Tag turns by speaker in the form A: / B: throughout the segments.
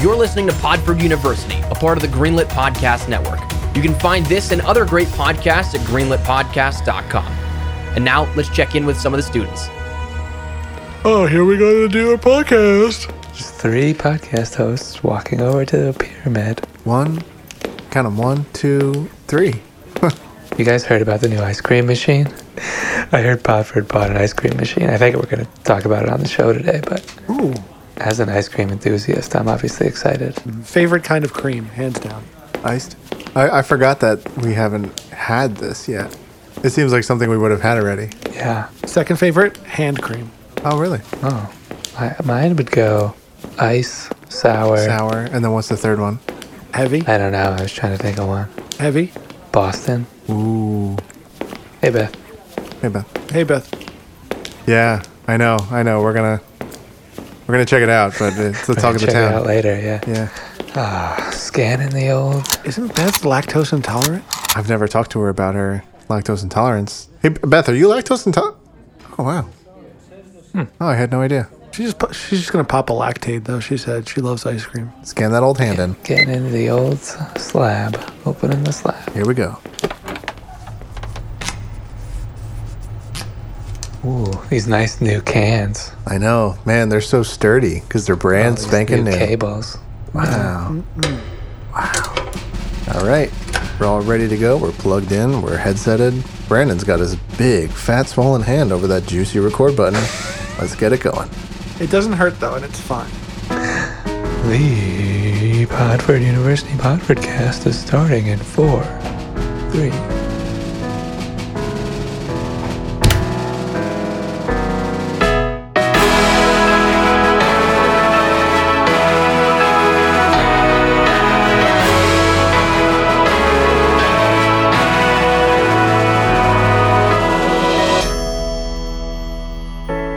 A: You're listening to Pod for University, a part of the Greenlit Podcast Network. You can find this and other great podcasts at greenlitpodcast.com. And now let's check in with some of the students.
B: Oh, here we go to do our podcast.
C: There's three podcast hosts walking over to the pyramid.
B: One, count 'em, One, two, three.
C: You guys heard about the new ice cream machine? I heard Podford bought an ice cream machine. I think we're going to talk about it on the show today, but
B: Ooh,
C: as an ice cream enthusiast, I'm obviously excited.
B: Mm-hmm.
D: Favorite kind of cream, hands down.
B: iced. I, I forgot that we haven't had this yet. It seems like something we would have had already.
C: Yeah.
D: Second favorite, hand cream.
B: Oh, really?
C: Oh. My, mine would go ice, sour.
B: Sour. And then what's the third one?
D: Heavy,
C: I don't know. I was trying to think of one.
D: heavy.
C: Boston.
B: Ooh.
C: Hey, Beth.
B: Hey, Beth.
D: Hey Beth,
B: Yeah, I know. I know. We're gonna we're gonna check it out, but it's the
C: We're
B: talk
C: gonna
B: of the
C: check it out
B: town.
C: later, yeah.
B: Yeah,
C: Scanning the old.
D: isn't Beth lactose intolerant?
B: I've never talked to her about her lactose intolerance. Hey, Beth, are you lactose intolerant? Oh wow. Oh, I had no idea.
D: She just pu- she's just gonna pop a lactate though. She said she loves ice cream.
B: Scan that old hand in.
C: Getting into the old s- slab. Opening the slab.
B: Here we go.
C: Ooh, these nice new cans.
B: I know, man. They're so sturdy because they're brand
C: These
B: spanking
C: new
B: new.
C: cables.
B: Wow. Wow. All right, we're all ready to go. We're plugged in. We're headseted. Brandon's got his big, fat, swollen hand over that juicy record button. Let's get it going.
D: It doesn't hurt though, and it's fun.
C: The Podford University Podfordcast is starting in four, three.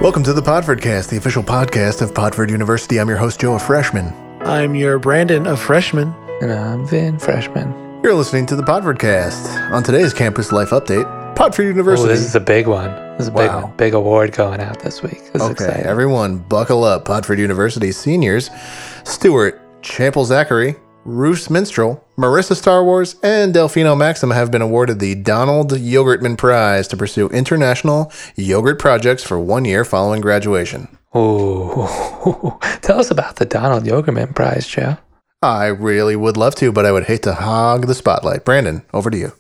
B: Welcome to the Podfordcast, the official podcast of Podford University. I'm your host, Joe, a freshman.
D: I'm your Brandon, a freshman.
C: And I'm Vin, freshman.
B: You're listening to the Podfordcast. On today's campus life update, Podford
C: Oh,
B: University.
C: this is a big one. This is a big
B: Wow.
C: one. Big award going out this week. This
B: Okay,
C: is exciting.
B: everyone, buckle up. Podford University seniors Stuart, Chample Zachary, Roos Minstrel, Marissa Star Wars, and Delfino Maxim have been awarded the Donald Yogurtman Prize to pursue international yogurt projects for one year following graduation.
C: Ooh. Tell us about the Donald Yogerman Prize, Joe.
B: I really would love to, but I would hate to hog the spotlight. Brandon, over to you.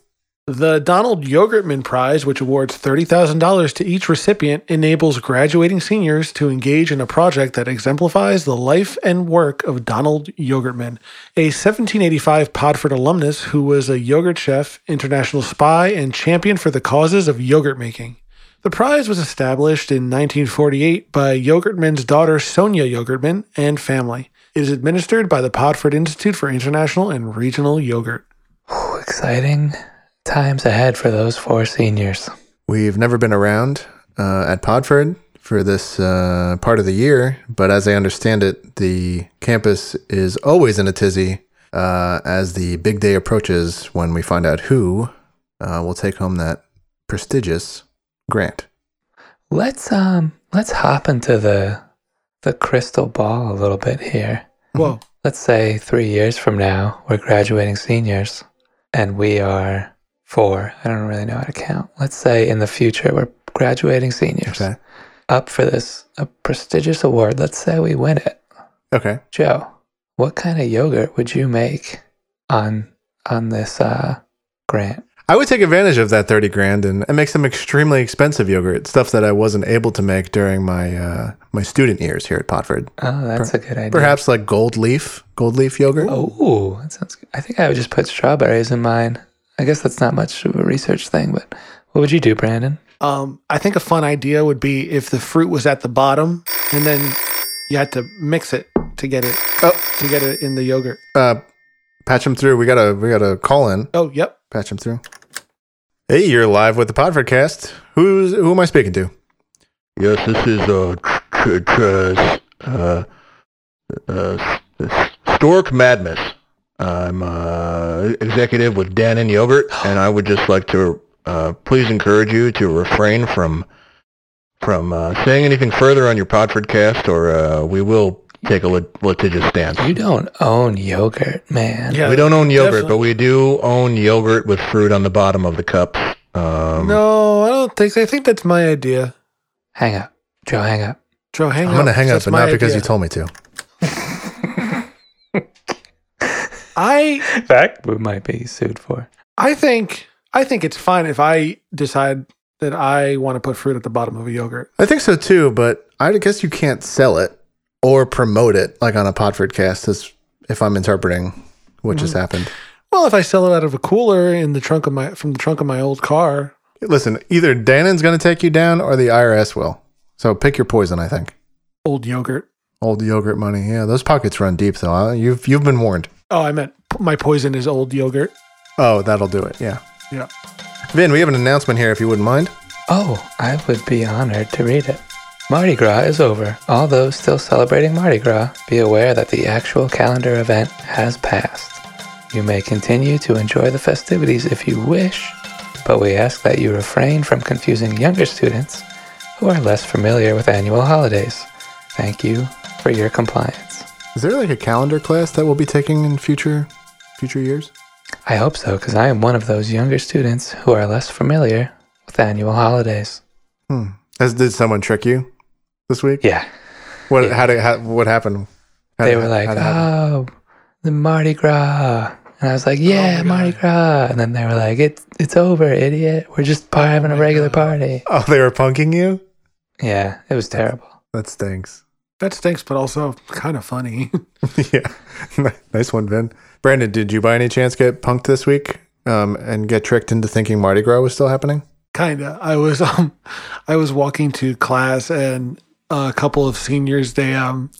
D: The Donald Yogurtman Prize, which awards $30,000 to each recipient, enables graduating seniors to engage in a project that exemplifies the life and work of Donald Yogurtman, a 1785 Podford alumnus who was a yogurt chef, international spy, and champion for the causes of yogurt making. The prize was established in 1948 by Yogurtman's daughter Sonia Yogurtman and family. It is administered by the Podford Institute for International and Regional Yogurt.
C: Ooh, exciting times ahead for those four seniors.
B: We've never been around uh, at Podford for this uh, part of the year, but as I understand it, the campus is always in a tizzy uh, as the big day approaches when we find out who uh, will take home that prestigious grant.
C: Let's um let's hop into the the crystal ball a little bit here.
D: Whoa.
C: Let's say three years from now, we're graduating seniors and we are four. I don't really know how to count. Let's say in the future, we're graduating seniors
B: Okay.
C: up for this a prestigious award. Let's say we win it.
B: Okay.
C: Joe, what kind of yogurt would you make on on this uh, grant?
B: I would take advantage of that 30 grand and, and make some extremely expensive yogurt, stuff that I wasn't able to make during my uh, my student years here at Podford.
C: Oh, that's a good idea.
B: Perhaps like gold leaf, gold leaf yogurt.
C: Oh, that sounds good. I think I would just put strawberries in mine. I guess that's not much of a research thing, but what would you do, Brandon?
D: Um, I think a fun idea would be if the fruit was at the bottom and then you had to mix it to get it
B: Oh.
D: to get it in the yogurt.
B: Uh, patch him through. We got to we got to call in.
D: Oh, yep.
B: Patch him through. Hey, you're live with the Podfordcast. Who's who am I speaking to?
E: Yes, this is uh, tr- tr- tr- uh, uh, s- Stork Madness. I'm uh, executive with Dan and Yogurt, and I would just like to uh, please encourage you to refrain from from uh, saying anything further on your Podford cast, or uh, we will take a lit- litigious stance.
C: You don't own yogurt, man.
D: Yeah,
E: we don't own yogurt,
D: definitely.
E: but we do own yogurt with fruit on the bottom of the cups. Um,
D: No, I don't think. I think that's my idea.
C: Hang up. Joe, hang up.
D: Joe, hang
B: I'm
D: up.
B: gonna hang up,
D: That's
B: but
D: my
B: not because
D: idea.
B: you told me to.
D: I
C: Fact. We might be sued for.
D: I think I think it's fine if I decide that I want to put fruit at the bottom of a yogurt.
B: I think so too, but I guess you can't sell it or promote it like on a Podford cast. Is if I'm interpreting what
D: Mm.
B: just happened.
D: Well, if I sell it out of a cooler in the trunk of my from the trunk of my old car,
B: Listen, either Dannon's gonna take you down or the IRS will. So pick your poison. I think
D: old yogurt.
B: old yogurt money. Yeah, those pockets run deep though. huh? You've you've been warned.
D: Oh, I meant p- my poison is old yogurt.
B: Oh, that'll do it. Yeah,
D: Yeah.
B: Vin, we have an announcement here if you wouldn't mind.
C: Oh, I would be honored to read it. Mardi Gras is over. Although still celebrating Mardi Gras, be aware that the actual calendar event has passed. You may continue to enjoy the festivities if you wish, but we ask that you refrain from confusing younger students who are less familiar with annual holidays. Thank you for your compliance.
B: Is there like a calendar class that we'll be taking in future future years?
C: I hope so, because I am one of those younger students who are less familiar with annual holidays.
B: As Hmm. did someone trick you this week?
C: Yeah.
B: What?
C: Yeah.
B: How did? How, what happened? How
C: they
B: did-
C: were like,
B: how did it happen?
C: "Oh, the Mardi Gras," and I was like, "Yeah, Mardi Gras," and then they were like, "It's it's over, idiot. We're just par- having a regular party."
B: oh, they were punking you.
C: Yeah, it was terrible.
B: That stinks.
D: That stinks, but also kind of funny.
B: yeah, nice one, Ben. Brandon, did you by any chance get punked this week? Um, and get tricked into thinking Mardi Gras was still happening?
D: Kinda. I was um, I was walking to class and a couple of seniors. They um,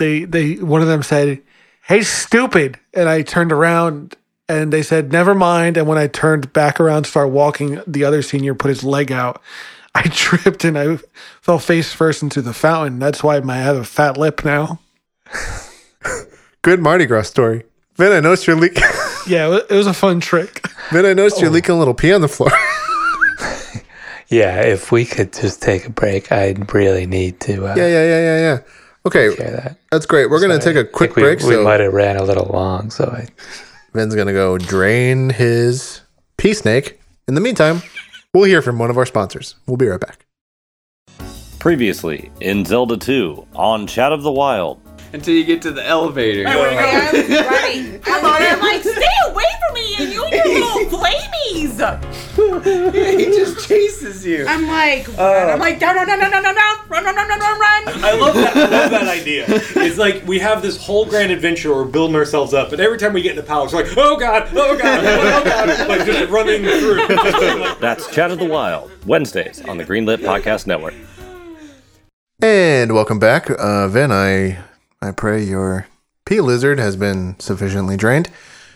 D: they they one of them said, "Hey, stupid!" And I turned around and they said, "Never mind." And when I turned back around, to start walking, the other senior put his leg out. I tripped and I fell face first into the fountain. That's why my, I have a fat lip now.
B: Good Mardi Gras story. Ben, I noticed you're leaking.
D: Yeah, it wa- it was a fun trick.
B: ben, I noticed you're
C: Oh.
B: leaking a little pee on the floor.
C: Yeah, if we could just take a break, I'd really need to uh,
B: yeah, yeah, yeah, yeah, yeah. Okay,
C: hear that.
B: that's great. We're gonna take a quick
C: I think we,
B: break.
C: We
B: so
C: might have ran a little long, so I,
B: Ben's gonna go drain his pea snake. In the meantime, we'll hear from one of our sponsors. We'll be right back.
F: Previously in Zelda 2 on Chat of the Wild.
G: Until you get to the elevator.
H: I'm ready. I'm I'm like, stay away from me, and you and your little flamies.
G: he just chases you. Uh,
H: I'm like, run. I'm like, no, no, no, no, no, no, no, run, run, run, run, run, run.
I: I love that. I love that idea. It's like we have this whole grand adventure. We're building ourselves up, but every time we get into palace, we're like, "Oh god, oh god, oh god!" Like just running through.
F: That's Chat of the Wild, Wednesdays on the Greenlit Podcast Network.
B: And welcome back, uh, Vin. I I pray your pea lizard has been sufficiently drained.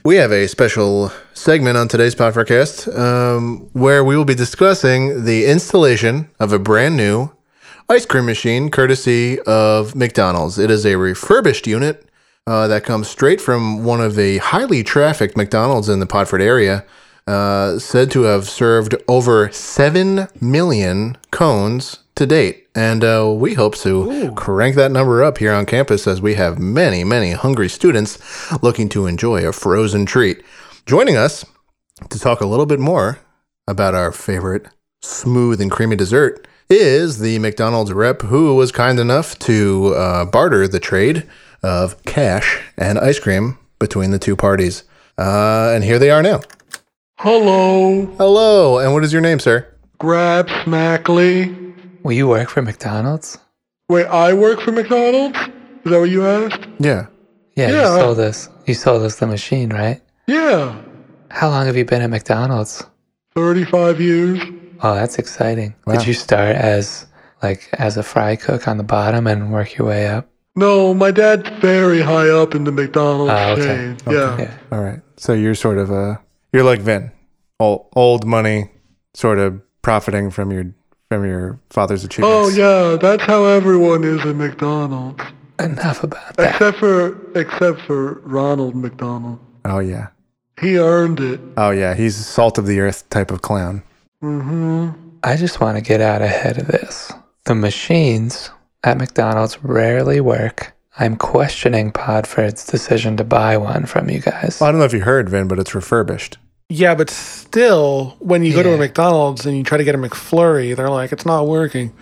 B: We have a special segment on today's podcast um, where we will be discussing the installation of a brand new ice cream machine, courtesy of McDonald's. It is a refurbished unit uh, that comes straight from one of the highly trafficked McDonald's in the Podford area, uh, said to have served over 7 million cones to date. And uh, we hope to crank that number up here on campus as we have many, many hungry students looking to enjoy a frozen treat. Joining us to talk a little bit more about our favorite smooth and creamy dessert is the McDonald's rep who was kind enough to uh, barter the trade of cash and ice cream between the two parties. Uh, and here they are now.
E: Hello,
B: Hello, and what is your name, sir?
E: Grab Smackley.
C: will you work for McDonald's?
E: Wait, I work for McDonald's. Is that what you asked?
B: Yeah.
C: Yeah,
E: Yeah.
C: you sold us. You sold us the machine, right?
E: Yeah,
C: How long have you been at McDonald's?
E: thirty-five years.
C: Oh, that's exciting.
B: Wow.
C: Did you start as like as a fry cook on the bottom and work your way up?
E: No, my dad's very high up in the McDonald's
C: Ah, okay.
E: chain. Yeah.
C: Yeah.
B: All right. So you're sort of a you're like Vin, old, old money, sort of profiting from your from your father's
E: Oh
B: achievements.
E: yeah, that's how everyone is at McDonald's,
C: Enough about that.
E: except for except for Ronald McDonald.
B: Oh yeah.
E: He earned it.
B: Oh yeah. He's a salt of the earth type of clown.
E: hmm
C: I just want to get out ahead of this. The machines at McDonald's rarely work I'm questioning Podford's decision to buy one from you guys.
B: Well, I don't know if you heard, Vin, but it's refurbished.
D: Yeah, but still, when you go to
C: Yeah.
D: a McDonald's and you try to get a McFlurry, they're like, it's not working.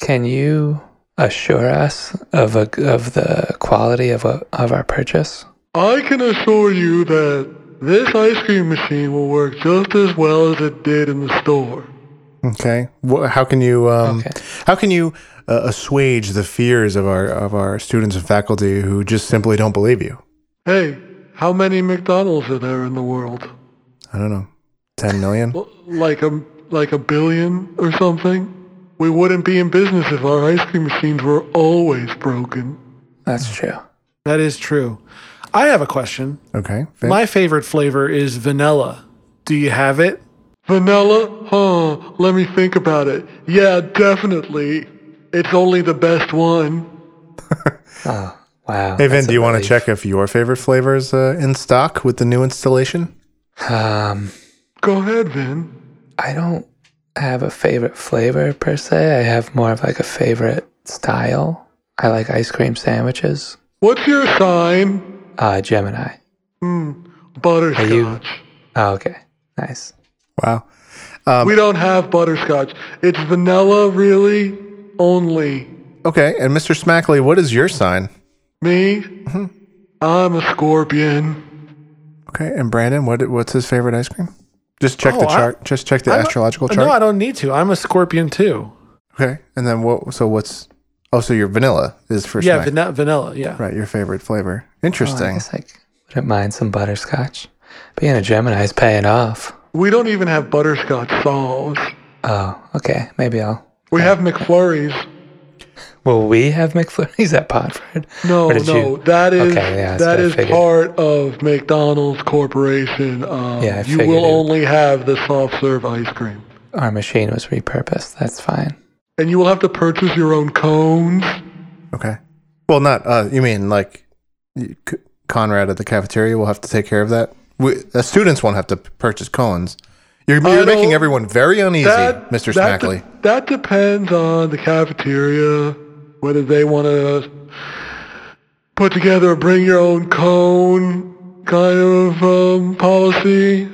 C: Can you assure us of a, of the quality of a, of our purchase?
E: I can assure you that this ice cream machine will work just as well as it did in the store.
B: Okay. Wha how can you um,
C: Okay.
B: how can you uh, assuage the fears of our of our students and faculty who just simply don't believe you?
E: Hey, how many McDonald's are there in the world?
B: I don't know. 10 million?
E: L- Like a like a billion or something? We wouldn't be in business if our ice cream machines were always broken.
C: That's
B: Mm.
C: true.
D: That is true. I have a question.
B: Okay. Vin?
D: My favorite flavor is vanilla. Do you have it?
E: Vanilla? Huh, let me think about it. Yeah, definitely. It's only the best one.
C: Oh, wow.
B: hey, Vin,
C: that's a
B: do you want to
C: relief.
B: check if your favorite flavor is uh, in stock with the new installation?
C: Um,
E: Go ahead, Vin.
C: I don't have a favorite flavor per se. I have more of like a favorite style. I like ice cream sandwiches.
E: What's your sign?
C: Uh, Gemini.
E: Butterscotch.
C: you- Oh, okay. Nice.
B: Wow.
E: we don't have butterscotch. It's vanilla, really, only.
B: Okay. And Mr. Smackley, what is your sign?
E: Me? I'm a scorpion.
B: Okay. And Brandon, what what's his favorite ice cream? Just check the
D: Oh, I-
B: chart. just check the
D: I'm a-
B: astrological
D: Uh, No, I
B: chart.
D: don't need to. I'm a scorpion too.
B: okay. And then what? So what's? Oh, so your vanilla is for
D: yeah,
B: Smack.
D: vana- vanilla. Oh, Yeah.
B: Right, your favorite flavor.
C: Well, I
B: Interesting.
C: guess I c- wouldn't mind some butterscotch. Being a Gemini is paying off.
E: We don't even have butterscotch sauce.
C: Oh, okay. Maybe I'll.
E: We have McFlurries.
C: Will we have McFlurries at Podford?
E: No,
C: Or did
E: no,
C: you-
E: that is
C: Okay, yeah, that's what
E: that
C: I
E: is
C: figured.
E: part of McDonald's Corporation. Um,
C: Yeah, I
E: you
C: figured
E: will
C: it-
E: only have the soft serve ice cream,
C: Our machine was repurposed. That's fine.
E: and you will have to purchase your own cones.
B: Okay. Well, not uh you mean like you- C- Conrad at the cafeteria will have to take care of that. We, uh, students won't have to p- purchase cones. You're, you're
E: don't-
B: making everyone very uneasy, Mr.
E: That, de-
B: Smackley.
E: that depends on the cafeteria, whether they want to put together a bring your own cone kind of um, policy.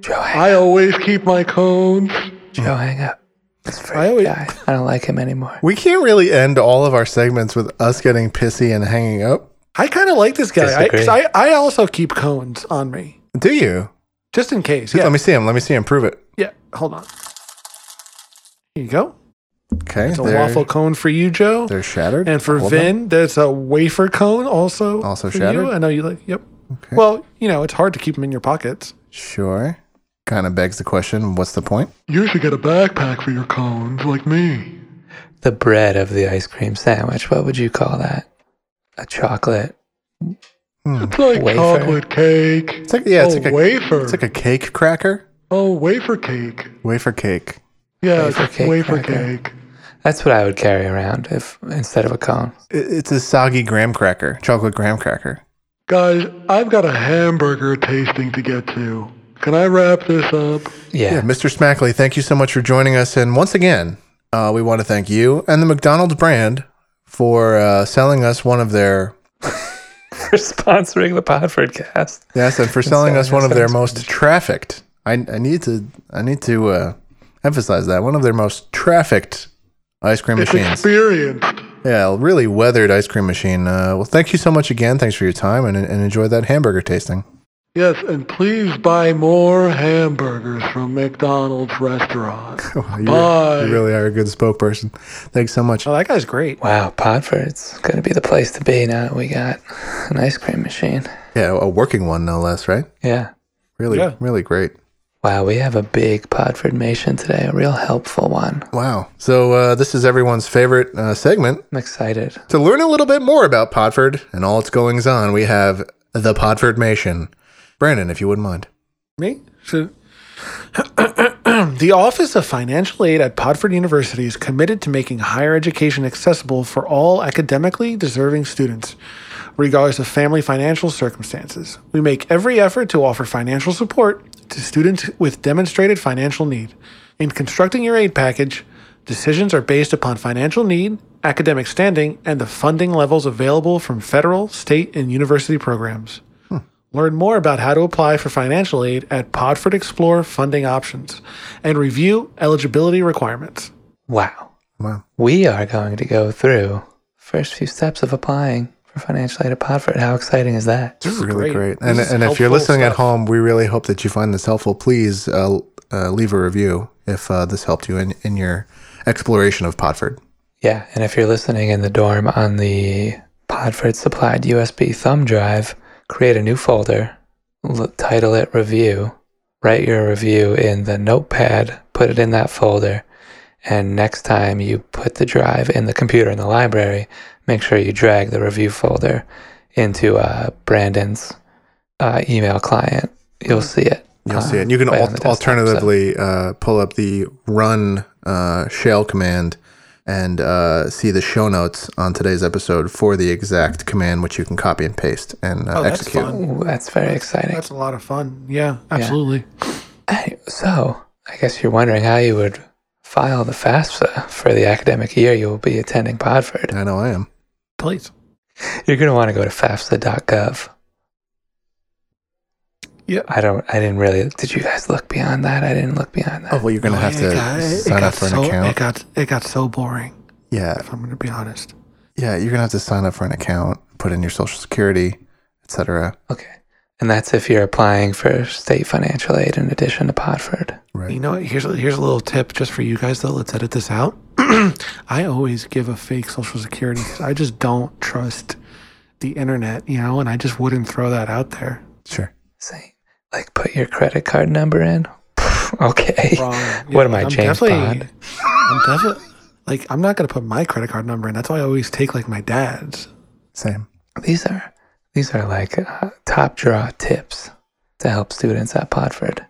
C: Joe, hang,
E: I always keep my cones.
B: Hmm.
C: Joe, hang up. This freak
D: I always-
C: guy. I don't like him anymore.
B: we can't really end all of our segments with us getting pissy and hanging up.
D: I kind of like this guy. I, 'cause
C: Disagree.
D: I, I also keep cones on me
B: Do you?
D: just in case.
B: Let
D: Yeah.
B: me see him. Let me see him prove it.
D: Yeah. Hold on. Here you go.
B: Okay.
D: It's a
B: they're,
D: waffle cone for you, Joe.
B: they're shattered.
D: And for
B: All of them.
D: Vin, there's a wafer cone also.
B: Also
D: for
B: shattered?
D: You. I know you like. Yep. Well, you know, it's hard to keep them in your pockets.
B: Sure. Kind of begs the question, what's the point?
E: You should get a backpack for your cones, like me.
C: The bread of the ice cream sandwich. What would you call that? A chocolate.
E: It's like
C: Wafer.
E: chocolate cake.
B: It's like yeah, it's
E: oh,
B: like a
E: wafer.
B: It's like a cake cracker.
E: oh, wafer cake.
B: Wafer cake.
E: Yeah,
C: Wafer
E: wafer cake.
C: cake
E: Wafer
C: cracker.
E: cake.
C: That's what I would carry around if instead of a cone.
B: It- It's a soggy graham cracker, chocolate graham cracker.
E: Guys, I've got a hamburger tasting to get to. Can I wrap this up?
B: Yeah,
C: Yeah.
B: Mr. Smackley, thank you so much for joining us. And once again, uh, we want to thank you and the McDonald's brand for uh, selling us one of their
C: For sponsoring the Podford cast.
B: yes, and for selling
C: selling
B: us one
C: us
B: of their
C: that
B: most trafficked. I, I need to I need to uh, emphasize that one of their most trafficked ice cream
E: It's
B: machines.
E: experienced.
B: Yeah, a really weathered ice cream machine. Uh, well, thank you so much again. Thanks for your time and, and enjoy that hamburger tasting.
E: Yes, and please buy more hamburgers from McDonald's restaurant.
B: Wow, Oh, you,
E: Bye.
B: you really are a good spokesperson. Thanks so much.
D: Oh, that guy's great.
C: Wow, Podford's going to be the place to be now that we got an ice cream machine.
B: Yeah, a working one no less, right?
C: Yeah.
B: Really,
D: Yeah.
B: really great.
C: Wow, we have a big Podford Mation today, a real helpful one.
B: Wow. So uh, this is everyone's favorite uh, segment.
C: I'm excited.
B: To learn a little bit more about Podford and all its goings on, we have the Podford Mation. Brandon, if you wouldn't mind.
D: Me? So, the Office of Financial Aid at Podford University is committed to making higher education accessible for all academically deserving students, regardless of family financial circumstances. We make every effort to offer financial support to students with demonstrated financial need. In constructing your aid package, Decisions are based upon financial need, academic standing, and the funding levels available from federal, state, and university programs. Learn more about how to apply for financial aid at Podford Explore Funding Options and review eligibility requirements.
C: Wow.
B: Wow.
C: We are going to go through first few steps of applying for financial aid at Podford. How exciting is that?
D: This is
B: really great.
D: This
B: And,
D: is
B: and if you're
D: helpful
B: listening at
D: stuff.
B: home, we really hope that you find this helpful. Please uh, uh, leave a review if uh, this helped you in, in your exploration of Podford.
C: Yeah, and if you're listening in the dorm on the Podford supplied USB thumb drive, create a new folder, l- title it review, write your review in the notepad, put it in that folder, and next time you put the drive in the computer in the library, make sure you drag the review folder into uh, Brandon's uh, email client. You'll see it.
B: Mm. You'll
C: uh,
B: see it. And you can
C: right
B: al-
C: on the desktop, so-
B: alternatively uh, pull up the run uh, shell command and uh, see the show notes on today's episode for the exact command, which you can copy and paste and uh,
D: Oh, that's
B: execute.
D: fun.
C: Ooh, that's very exciting.
D: That's a lot of fun. Yeah, absolutely.
C: Hey, So, I guess you're wondering how you would file the FAFSA for the academic year you will be attending Podford.
B: I know I am.
D: Please.
C: You're going to want to go to FAFSA.gov.
D: Yeah.
C: I don't, I didn't really, did you guys look beyond that? I didn't look beyond that.
B: Oh, well, you're going to have to sign up for an
D: so, It
B: account.
D: got, it got so boring,
B: Yeah.
D: if I'm going to be honest.
B: Yeah. You're going to have to sign up for an account, put in your social security, etc.
D: Oh.
C: Okay. And that's if you're applying for state financial aid in addition to Podford.
D: You
B: Right.
D: know what? Here's a, here's a little tip just for you guys, though. Let's edit this out. I always give a fake social security 'cause I just don't trust the internet, you know, and I just wouldn't throw that out there.
B: Sure.
C: Same. Like, put your credit card number in. okay.
D: Wrong.
C: What am I,
D: Um, I'm
C: James
D: definitely-
C: Bond?
D: I'm definitely like I'm not gonna put my credit card number in. That's why I always take like my dad's.
B: Same.
C: These are these are like uh, top draw tips to help students at Podford.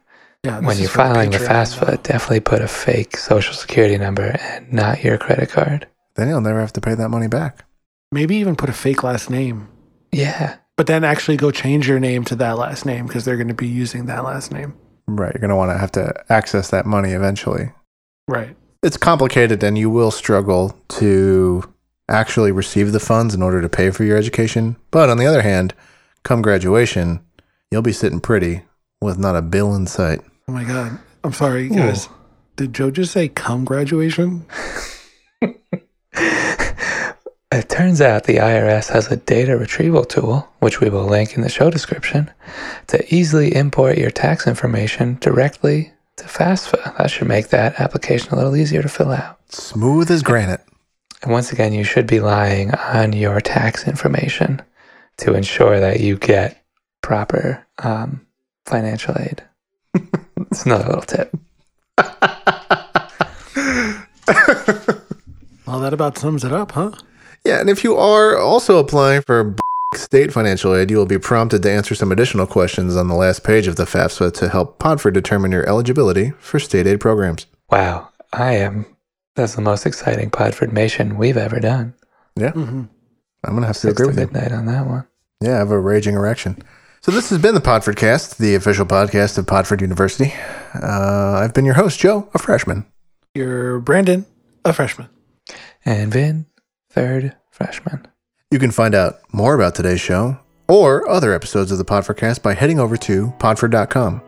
D: Yeah. this
C: When
D: is
C: you're
D: for the
C: filing the
D: Patreon,
C: FAFSA,
D: though.
C: definitely put a fake social security number and not your credit card.
B: Then you'll never have to pay that money back.
D: maybe even put a fake last name,
C: Yeah,
D: but then actually go change your name to that last name because they're gonna be using that last name.
B: Right. You're going to want to have to access that money eventually.
D: Right.
B: it's complicated and you will struggle to actually receive the funds in order to pay for your education. But on the other hand, come graduation, you'll be sitting pretty with not a bill in sight.
D: Oh my god. I'm sorry, guys. Did Joe just say come graduation?
C: it turns out the IRS has a data retrieval tool, which we will link in the show description, to easily import your tax information directly to FAFSA. That should make that application a little easier to fill out.
B: Smooth as granite.
C: And once again, you should be lying on your tax information to ensure that you get proper um, financial aid. it's another little tip.
D: Well that about sums it up, huh?
B: Yeah, and if you are also applying for state financial aid, you will be prompted to answer some additional questions on the last page of the FAFSA to help Podford determine your eligibility for state aid programs.
C: Wow, I am. That's the most exciting Podfordmation we've ever done.
B: I'm going to have to
C: Six
B: agree
C: to
B: with you.
C: midnight on that one.
B: Yeah, I have a raging erection. So this has been the Podford Cast, the official podcast of Podford University. Uh, I've been your host, Joe, a freshman.
D: You're Brandon, a freshman.
C: And Vin, third freshman.
B: You can find out more about today's show or other episodes of the Podford Cast by heading over to podford.com.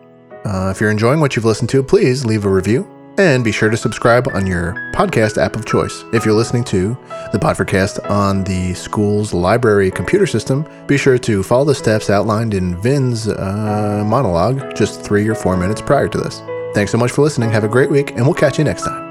B: Uh, if you're enjoying what you've listened to, please leave a review and be sure to subscribe on your podcast app of choice. If you're listening to the Podford Cast on the school's library computer system, be sure to follow the steps outlined in Vin's uh, monologue just three or four minutes prior to this. Thanks so much for listening. Have a great week, and we'll catch you next time.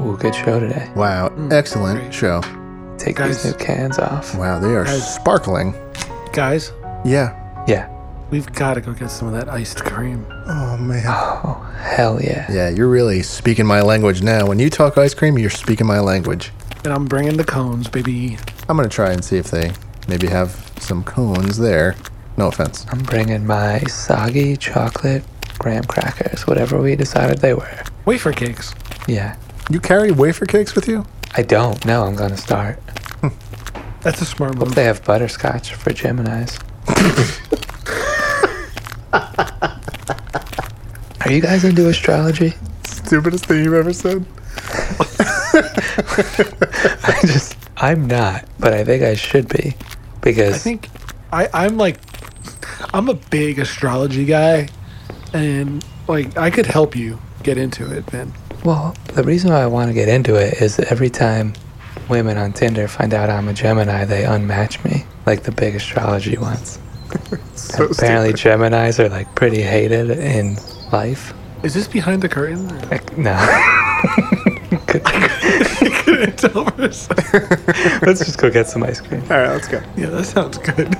C: Ooh, good show today.
B: Wow, excellent show.
C: Take
D: Guys.
C: these new cans off.
B: Wow, they are
D: Guys.
B: sparkling.
D: Guys,
B: Yeah.
C: Yeah.
D: We've got to go get some of that iced cream.
B: Oh man.
C: Hell yeah.
B: Yeah, you're really speaking my language now. When you talk ice cream, you're speaking my language.
D: And I'm bringing the cones, baby.
B: I'm gonna try and see if they maybe have some cones there. No offense.
C: I'm bringing my soggy chocolate graham crackers, whatever we decided they were.
D: Wafer cakes.
C: Yeah.
B: You carry wafer cakes with you?
C: I don't know. I'm gonna start.
D: That's a smart move.
C: They have butterscotch for Gemini's. Are you guys into astrology?
B: Stupidest thing you've ever said.
C: I just, I'm not, but I think I should be because
D: I think I, I'm like, I'm a big astrology guy, and like I could help you get into it, man.
C: Well, the reason why I want to get into it is that every time women on Tinder find out I'm a Gemini, they unmatch me, like the big astrology ones. And apparently, Geminis are like pretty hated in life.
D: Is this behind the curtain?
C: Like, no. Let's just go get some ice cream.
B: All right, let's go.
D: yeah, that sounds good.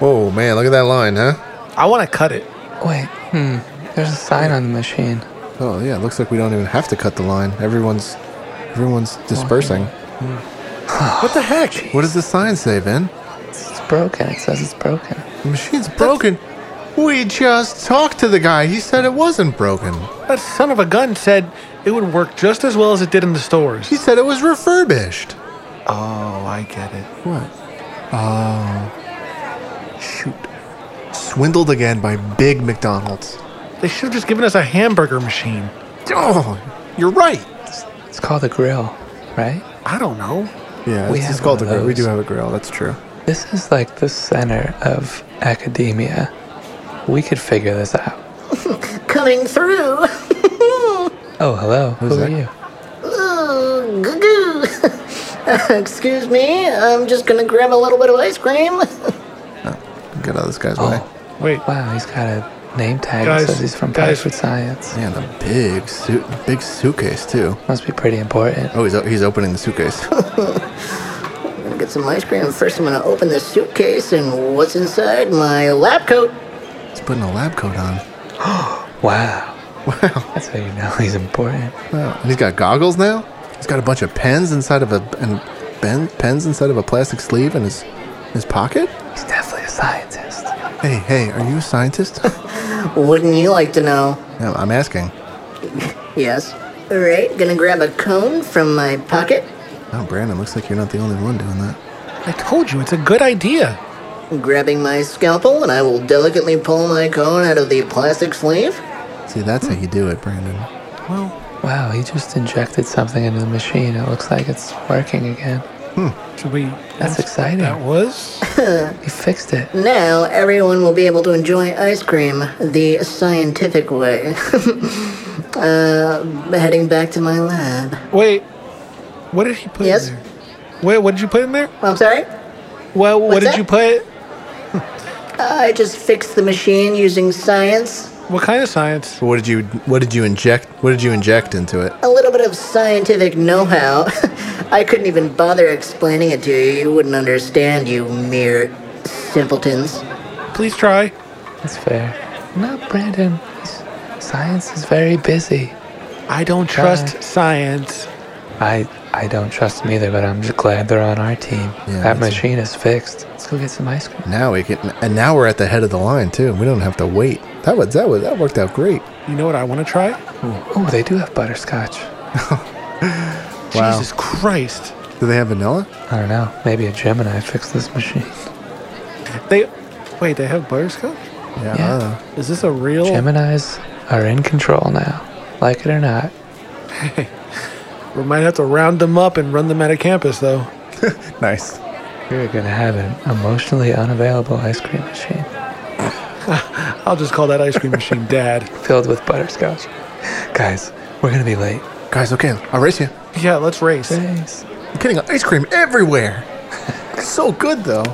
B: Whoa, man, look at that line, huh?
D: I want to cut it.
C: Wait, hmm. There's a sign on the machine.
B: Oh yeah, looks like we don't even have to cut the line. Everyone's everyone's dispersing. what the heck? What does the sign say, Ben?
C: It's broken. It says it's broken.
B: The machine's broken. we just talked to the guy. He said it wasn't broken.
D: That son of a gun said it would work just as well as it did in the stores.
B: He said it was refurbished.
D: Oh, I get it.
B: What? Oh. Shoot. Swindled again by Big McDonald's.
D: They should have just given us a hamburger machine.
B: Oh, you're right.
C: It's called a grill, right?
D: I don't know.
B: Yeah,
C: We
B: this is
C: have
B: called a
C: one of
B: grill. We do
C: those.
B: have a grill. That's true.
C: This is like the center of academia. We could figure this out.
J: Coming through.
C: Oh, hello. Who
B: that?
C: are you?
J: Ooh, goo goo. Excuse me, I'm just gonna grab a little bit of ice cream.
B: Get out of this guy's way.
D: Wait,
C: Wow, he's got a name tag
D: Guys,
C: that says he's from
D: guys.
C: Pittsburgh Science.
B: Man, a big suit, big suitcase too.
C: Must be pretty important.
B: Oh, he's o- he's opening the suitcase.
J: I'm gonna get some ice cream. First, I'm gonna open this suitcase, and what's inside? My lab coat.
B: He's putting a lab coat on.
C: Wow. Wow. That's how you know he's important.
B: Wow. And he's got goggles now. He's got a bunch of pens inside of a and pen, pens inside of a plastic sleeve in his his pocket.
C: He's definitely a scientist.
B: Hey, hey, are you a scientist?
J: Wouldn't you like to know?
B: no, I'm asking.
J: Yes. All right, gonna grab a cone from my pocket.
B: Oh, Brandon, looks like you're not the only one doing that.
D: I told you it's a good idea.
J: Grabbing my scalpel, and I will delicately pull my cone out of the plastic sleeve.
B: See, that's how you do it, Brandon.
C: Wow, he just injected something into the machine. It looks like it's working again.
D: Should we?
C: That's exciting.
D: That was.
C: He fixed it.
J: Now everyone will be able to enjoy ice cream the scientific way. uh, heading back to my lab.
D: Wait, what did he put
J: Yes?
D: in there? Wait, what did you put in there?
J: I'm sorry?
D: Well, what
J: What's
D: did
J: that?
D: you put?
J: I just fixed the machine using science.
D: What kind of science?
B: So what did you what did you inject what did you inject into it?
J: A little bit of scientific know how. Oh, I couldn't even bother explaining it to you. You wouldn't understand, you mere simpletons.
D: Please try.
C: That's fair. No, Brandon. he's- Science is very busy.
D: I don't trust science.
C: I I don't trust them either, but I'm just glad they're on our team.
B: Yeah,
C: that
B: me too.
C: machine is fixed. Let's go get some ice cream.
B: Now we can and now we're at the head of the line too. We don't have to wait. That was that was that worked out great.
D: You know what I want to try?
C: Oh, they do have butterscotch.
B: Wow.
D: Jesus Christ.
B: Do they have vanilla?
C: I don't know. Maybe a Gemini fixed this machine.
D: They. Wait, they have butterscotch?
B: Yeah.
C: Yeah.
B: I don't know.
D: Is this a real.
C: Geminis are in control now, like it or not.
D: We might have to round them up and run them out of campus, though.
B: Nice.
C: You're gonna have an emotionally unavailable ice cream machine
D: I'll just call that ice cream machine Dad.
C: filled with butterscotch. Guys, we're gonna be late.
B: Guys, okay, I'll race you.
D: Yeah, let's race.
C: Thanks.
B: I'm getting ice cream everywhere. It's so good though.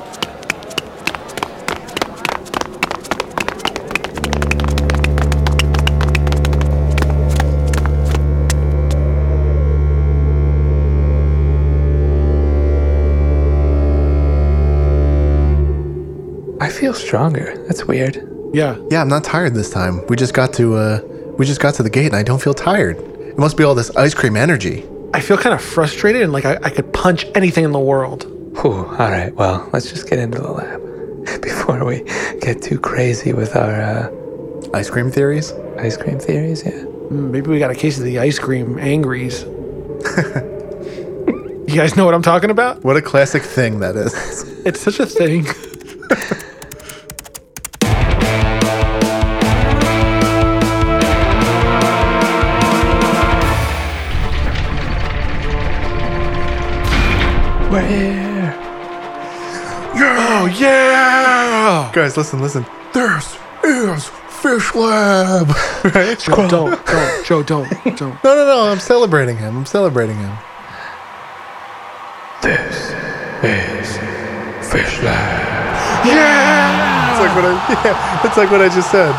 C: feel stronger. That's weird.
D: Yeah.
B: Yeah, I'm not tired this time. We just got to uh we just got to the gate and I don't feel tired. It must be all this ice cream energy.
D: I feel kind of frustrated and like I, I could punch anything in the world.
C: Whew, all right, well, let's just get into the lab before we get too crazy with our uh,
B: Ice cream theories?
C: ice cream theories. Yeah.
D: Mm, Maybe we got a case of the ice cream angries. you guys know what I'm talking about?
B: What a classic thing that is.
D: It's such a thing.
C: We're here.
B: oh yeah! Guys, listen, listen. This is Fish Lab. Right?
D: Joe, don't, don't, Joe, don't, don't.
B: No, no, no! I'm celebrating him. I'm celebrating him.
C: Fish lab.
B: It's like what I, yeah, it's like what I just said.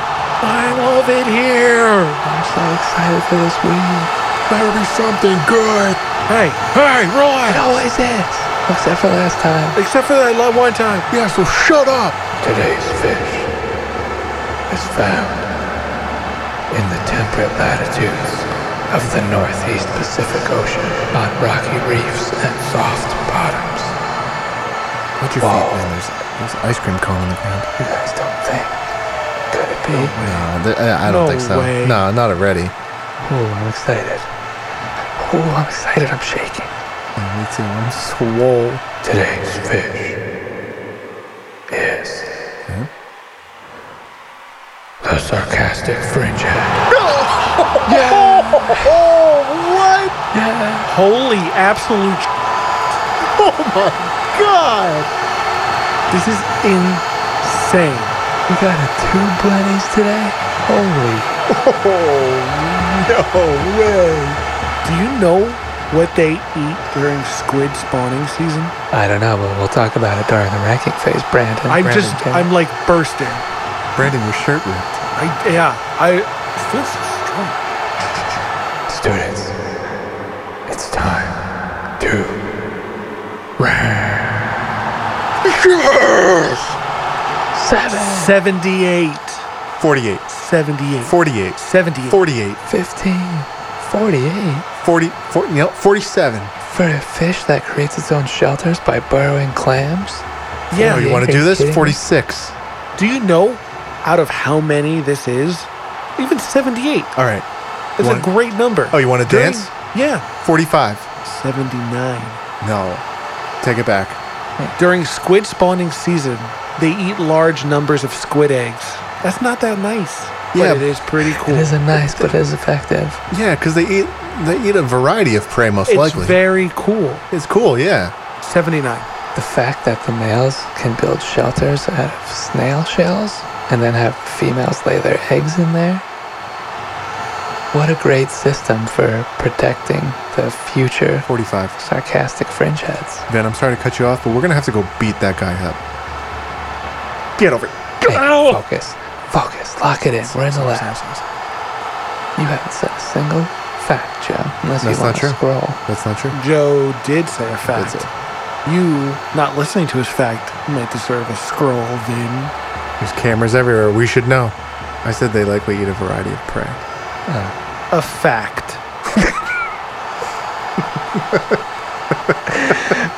B: I love it here.
C: I'm so excited for this week.
B: Better be something good.
D: Hey,
B: Hey,
C: It
B: Roy.
C: always is, except for last time.
D: except for that love one time.
B: Yeah, so shut up.
C: Today's fish is found in the temperate latitudes of the northeast Pacific Ocean on rocky reefs and soft bottoms.
B: Watch your feet, man. There's, there's ice cream cone on the ground.
C: You guys don't think? Could it be?
B: No, th- I I don't
D: No
B: think so.
D: way.
B: No, not already.
C: Oh, I'm excited. Oh, I'm excited. I'm shaking.
B: Yeah, me too. I'm swole.
C: Today's fish is the sarcastic fringe head.
B: Oh, what?
C: Yeah.
D: Holy absolute.
B: Oh my God!
D: This is insane.
C: We got a two blennies today. Holy.
B: Oh, No way.
D: Do you know what they eat during squid spawning season?
C: I don't know, but we'll talk about it during the ranking phase, Brandon.
D: I'm
C: Brandon
D: just,
C: King.
D: I'm like bursting.
B: Brandon, your shirt ripped.
D: I, yeah, I feel so strong.
C: Students, it's time to rank. Seven.
D: 78,
B: 48,
D: 78,
B: 48,
D: 78.
B: 48,
C: 15. 48.
B: 40, 40 no, 47.
C: For a fish that creates its own shelters by burrowing clams?
D: Yeah.
B: Oh, you want to
C: Are
B: do
C: you
B: this?
C: kidding me?
B: 46.
D: Do you know out of how many this is? Even 78.
B: All right.
D: It's
B: One-
D: a great number.
B: Oh, you want to
D: During-
B: dance?
D: Yeah.
B: 45.
D: 79.
B: No. Take it back.
D: During squid spawning season, they eat large numbers of squid eggs. That's not that nice.
B: Yeah.
D: But it is pretty cool.
C: It isn't nice, but it is effective.
B: Yeah, because they eat they eat a variety of prey, most
D: It's
B: likely.
D: very cool.
B: it's cool, yeah.
D: 79.
C: The fact that the males can build shelters out of snail shells and then have females lay their eggs in there. What a great system for protecting the future
B: 45.
C: sarcastic fringe heads.
B: Ben, I'm sorry to cut you off, but we're gonna have to go beat that guy up. Get over it.
C: Hey, focus. Focus. Lock it in. We're in the lab. You haven't said a single fact, Joe, unless
B: That's not
C: you want
B: true.
C: to scroll.
B: That's not true.
D: Joe did say a fact.
B: That's it.
D: You not listening to his fact might deserve a scroll then.
B: There's cameras everywhere. We should know. I said they likely eat a variety of prey.
D: A fact.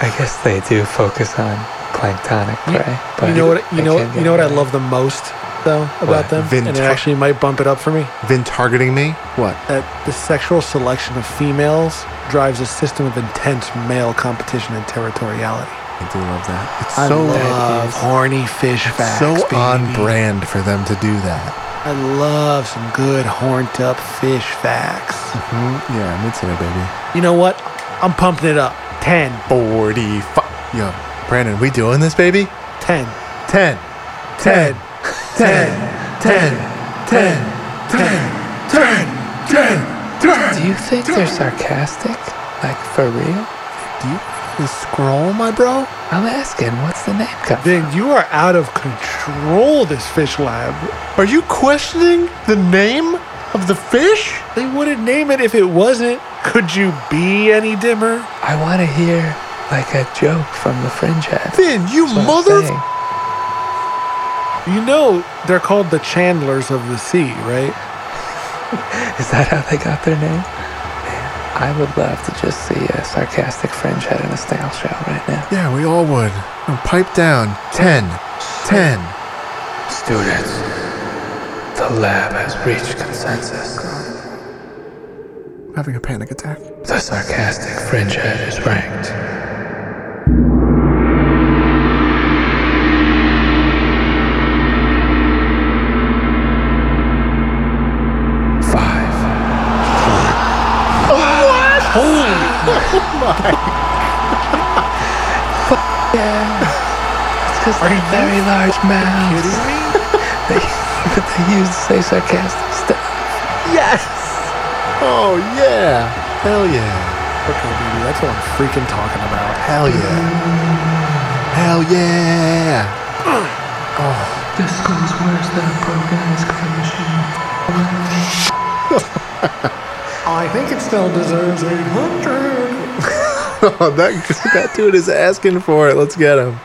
C: I guess they do focus on planktonic prey. but
D: You know what you
C: they
D: know
C: can
D: you
C: get
D: know what I
C: there.
D: love the most though about
C: What?
D: them? and
B: Vintage.
D: it actually might bump it up for me.
B: Been targeting me? What?
D: That the sexual selection of females drives a system of intense male competition and territoriality.
B: I do love that. It's
D: I
B: so
D: love
C: is-
D: horny fish facts.
B: so on
D: baby.
B: brand for them to do that.
D: I love some good horned up fish facts.
B: Mm, yeah, me too, baby.
D: You know what? I'm pumping it up. 10,
B: 45. Yo, Brandon, we doing this, baby?
D: 10,
B: 10, 10, 10, 10, 10, 10, 10, 10.
C: Do you think they're sarcastic? Like for real?
B: Do you wanna scroll, my bro?
C: I'm asking, what's the name come? from?
D: Then you are out of control, this fish lab.
B: Are you questioning the name of the fish?
D: They wouldn't name it if it wasn't. Could you be any dimmer?
C: I want to hear like a joke from the fringe head.
B: Then you
C: That's what I'm
B: mother.
C: saying.
D: You know they're called the Chandlers of the Sea, right?
C: Is that how they got their name? I would love to just see a sarcastic fringe head in a snail shell right now.
B: Yeah, we all would. Now pipe down. Ten. Ten.
C: Students, the lab has reached consensus.
B: I'm having a panic attack.
C: The sarcastic fringe head is ranked. Five. What? Holy! Oh my! yeah. It's because they're very large mouths. They, but they use to say sarcastic stuff.
B: Yes. Oh yeah. Hell yeah.
D: Okay, baby, that's what I'm freaking talking about.
B: Hell yeah. Hell yeah.
C: This goes worse than a broken ice cream machine.
D: I think it still deserves a hundred.
B: Oh, that that dude is asking for it. Let's get him.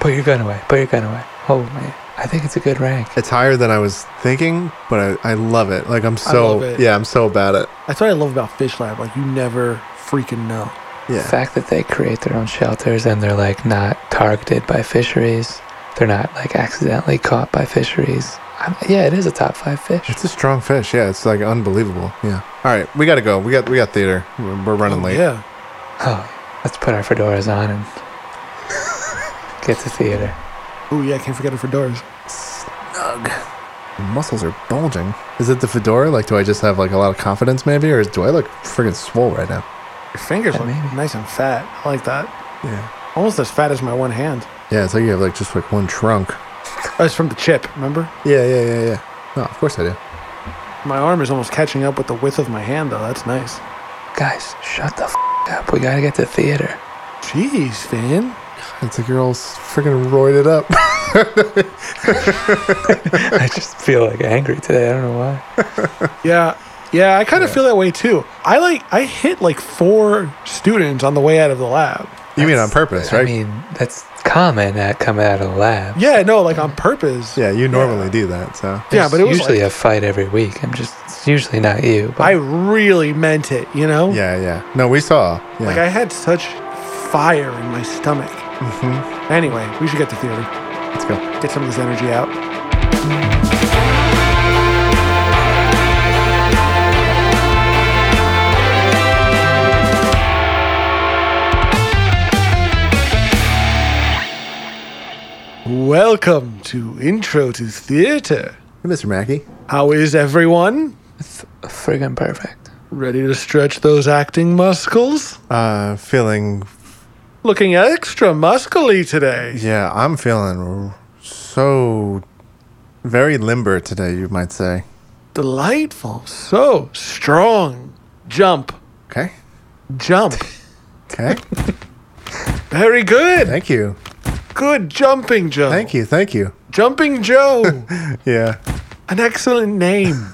C: Put your gun away. Put your gun away. Oh man, I think it's a good rank.
B: It's higher than I was thinking, but I, I love it. Like I'm
D: love
B: so
D: it.
B: yeah, I'm so bad at.
D: That's what I love about Fish Lab. Like you never freaking know.
B: Yeah.
C: The fact that they create their own shelters and they're like not targeted by fisheries, they're not like accidentally caught by fisheries. I'm, yeah, it is a top five fish.
B: It's a strong fish. Yeah, it's like unbelievable. Yeah. All right, we gotta go. We got we got theater. We're, we're running late.
D: Yeah.
C: Oh, let's put our fedoras on and get to theater.
D: Oh yeah, can't forget it for doors.
B: My muscles are bulging. Is it the fedora? Like, do I just have like a lot of confidence, maybe, or do I look friggin' swole right now?
D: Your fingers
C: Yeah,
D: look
C: maybe.
D: nice and fat. I like that.
B: Yeah.
D: Almost as fat as my one hand.
B: Yeah, it's like you have like just like one trunk.
D: Oh, it's from the chip. Remember?
B: Yeah, yeah, yeah, yeah. No, of course I do.
D: My arm is almost catching up with the width of my hand, though. That's nice.
C: Guys, shut the f- up. We gotta get to theater.
D: Jeez, Finn.
B: It's like you're all s- friggin' roided up.
C: I just feel like angry today. I don't know why.
D: Yeah. Yeah, I kind of feel that way too. I like I hit like four students on the way out of the lab.
B: you mean on purpose, right?
C: I mean, that's common that coming out of the lab.
D: Yeah, no, like on purpose.
B: yeah, you normally do that. So
D: Yeah, but it was
C: usually
D: like,
C: a fight every week. I'm just it's usually not you. But
D: I really meant it, you know?
B: yeah, yeah. No, we saw. Yeah.
D: Like I had such fire in my stomach.
B: Mm-hmm.
D: Anyway, we should get to theater.
B: Let's go.
D: Get some of this energy out. Welcome to Intro to Theater.
B: Hey, Mr. Mackey.
D: How is everyone?
C: friggin' perfect.
D: Ready to stretch those acting muscles?
B: Uh, feeling.
D: Looking extra muscly today.
B: Yeah, I'm feeling r- so very limber today. You might say.
D: Delightful. So strong. Jump.
B: Okay.
D: Jump.
B: Okay.
D: Very good.
B: Thank you.
D: Good jumping Joe.
B: Thank you. Thank you.
D: Jumping Joe.
B: Yeah,
D: An excellent name.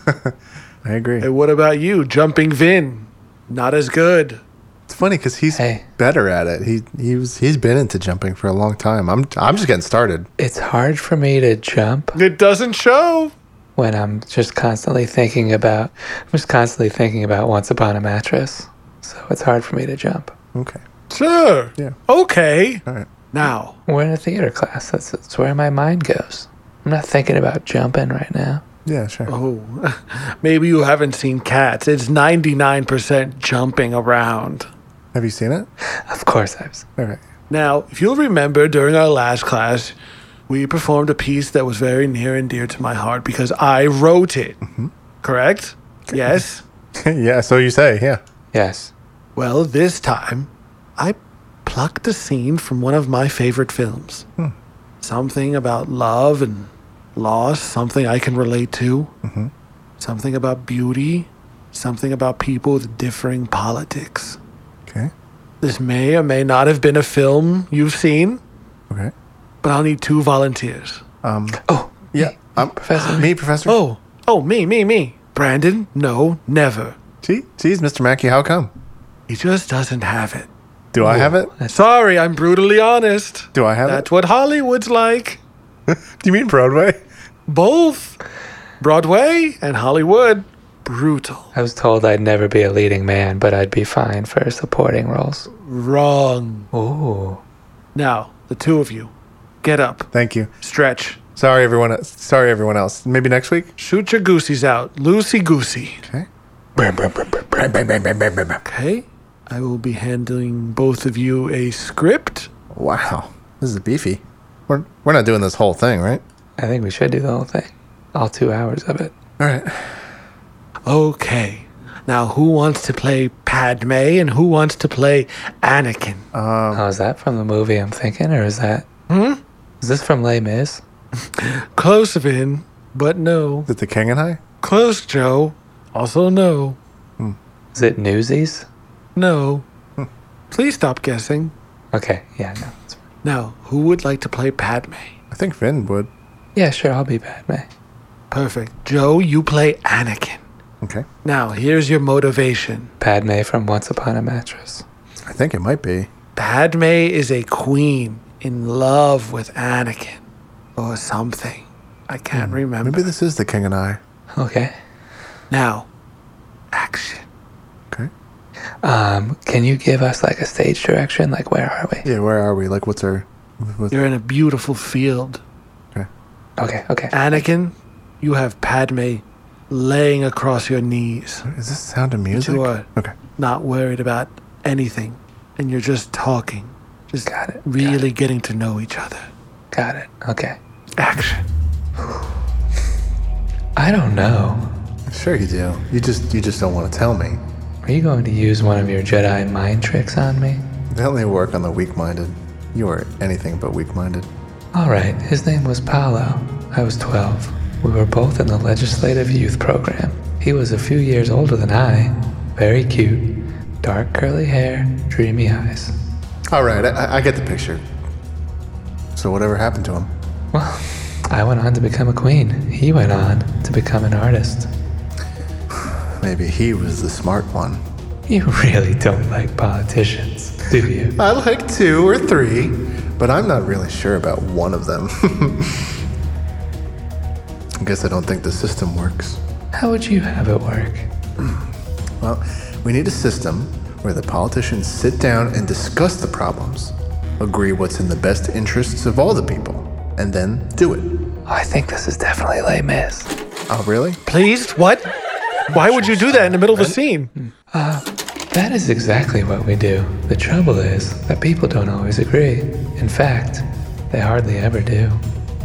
B: I agree.
D: and what about you? Jumping Vin. Not as good.
B: It's funny because he's
C: Hey.
B: better at it. He he was he's been into jumping for a long time. I'm I'm just getting started.
C: It's hard for me to jump
D: It doesn't show.
C: when I'm just constantly thinking about I'm just constantly thinking about once upon a mattress. So it's hard for me to jump.
B: Okay.
D: Sure.
B: Yeah.
D: Okay.
B: All right.
D: Now,
C: We're in a theater class. That's, that's where my mind goes. I'm not thinking about jumping right now.
B: Yeah, sure.
D: oh, maybe you haven't seen cats. It's 99% jumping around.
B: Have you seen it?
C: Of course I was.
B: All right.
D: Now, if you'll remember during our last class, we performed a piece that was very near and dear to my heart because I wrote it. Correct? Yes.
B: yeah. So you say, yeah.
C: Yes.
D: Well, this time, I plucked a scene from one of my favorite films.
B: Hmm.
D: Something about love and loss, something I can relate to,
B: Mm-hmm.
D: something about beauty, something about people with differing politics.
B: Okay.
D: This may or may not have been a film you've seen,
B: Okay.
D: but I'll need two volunteers.
C: Oh,
B: Yeah. I'm
C: Professor.
B: me, Professor.
D: Oh, oh, me, me, me. Brandon, no, never.
B: Gee, geez, Mr. Mackey, how come?
D: He just doesn't have it.
B: Do I have it?
D: Sorry, I'm brutally honest.
B: Do I have
D: That's
B: it?
D: what Hollywood's like.
B: Do you mean Broadway?
D: Both Broadway and Hollywood. Brutal.
C: I was told I'd never be a leading man, but I'd be fine for supporting roles.
D: Wrong.
C: Ooh.
D: Now, the two of you, get up,
B: Thank you.
D: stretch,
B: Sorry, everyone. Sorry, everyone else. Maybe next week.
D: shoot your goosies out, loosey goosey.
B: Bam, bam, bam, bam, bam, bam, bam, bam, bam, bam, bam.
D: Okay? I will be handling both of you a script.
B: Wow, this is beefy. We're we're not doing this whole thing, right?
C: I think we should do the whole thing. All two hours of it.
B: All right.
D: Okay. Now, who wants to play Padme and who wants to play Anakin?
C: oh, is that from the movie I'm thinking, or is that? Hmm? Is this from Les Mis?
D: Close, Vin, but no.
B: Is it the King and I?
D: Close, Joe. Also, no.
C: Is it Newsies?
D: No. Please stop guessing.
C: Okay, yeah, no. it's-
D: Now, who would like to play Padme?
B: I think Finn would.
C: Yeah, sure, I'll be Padme.
D: Perfect. Joe, you play Anakin.
B: Okay.
D: Now, here's your motivation
C: Padme from Once Upon a Mattress.
B: I think it might be.
D: Padme is a queen in love with Anakin or something. I can't remember.
B: Hmm. Maybe this is the King and I.
C: Okay.
D: Now, action.
B: Okay.
C: Um, can you give us like a stage direction? Like, where are we?
B: Yeah. Where are we? Like, what's our? What's,
D: You're in a beautiful field.
C: Okay, okay.
D: Anakin, you have Padme laying across your knees,
B: is this sound of music?
D: Sure.
B: Okay.
D: not worried about anything, and you're just talking, just
C: Got it, got
D: really getting to know each other.
C: Got it. Okay.
D: Action.
C: I don't know.
B: Sure you do. You just you just don't want to tell me.
C: Are you going to use one of your Jedi mind tricks on me?
B: They only work on the weak-minded. You are anything but weak-minded.
C: All right, his name was Paolo. I was 12. We were both in the legislative youth program. He was a few years older than I, very cute, dark curly hair, dreamy eyes.
B: All right, I, I get the picture. So whatever happened to him?
C: Well, I went on to become a queen. He went on to become an artist.
B: Maybe he was the smart one.
C: You really don't like politicians, do you?
B: I like two or three, but I'm not really sure about one of them. I guess I don't think the system works.
C: How would you have it work?
B: Well, we need a system where the politicians sit down and discuss the problems, agree what's in the best interests of all the people, and then do it.
C: Oh, I think this is definitely Les Mis.
B: Oh, really?
D: Please? What? Why would you do that in the middle of a
B: Hmm.
D: scene?
C: That is exactly what we do. The trouble is that people don't always agree. In fact, they hardly ever do.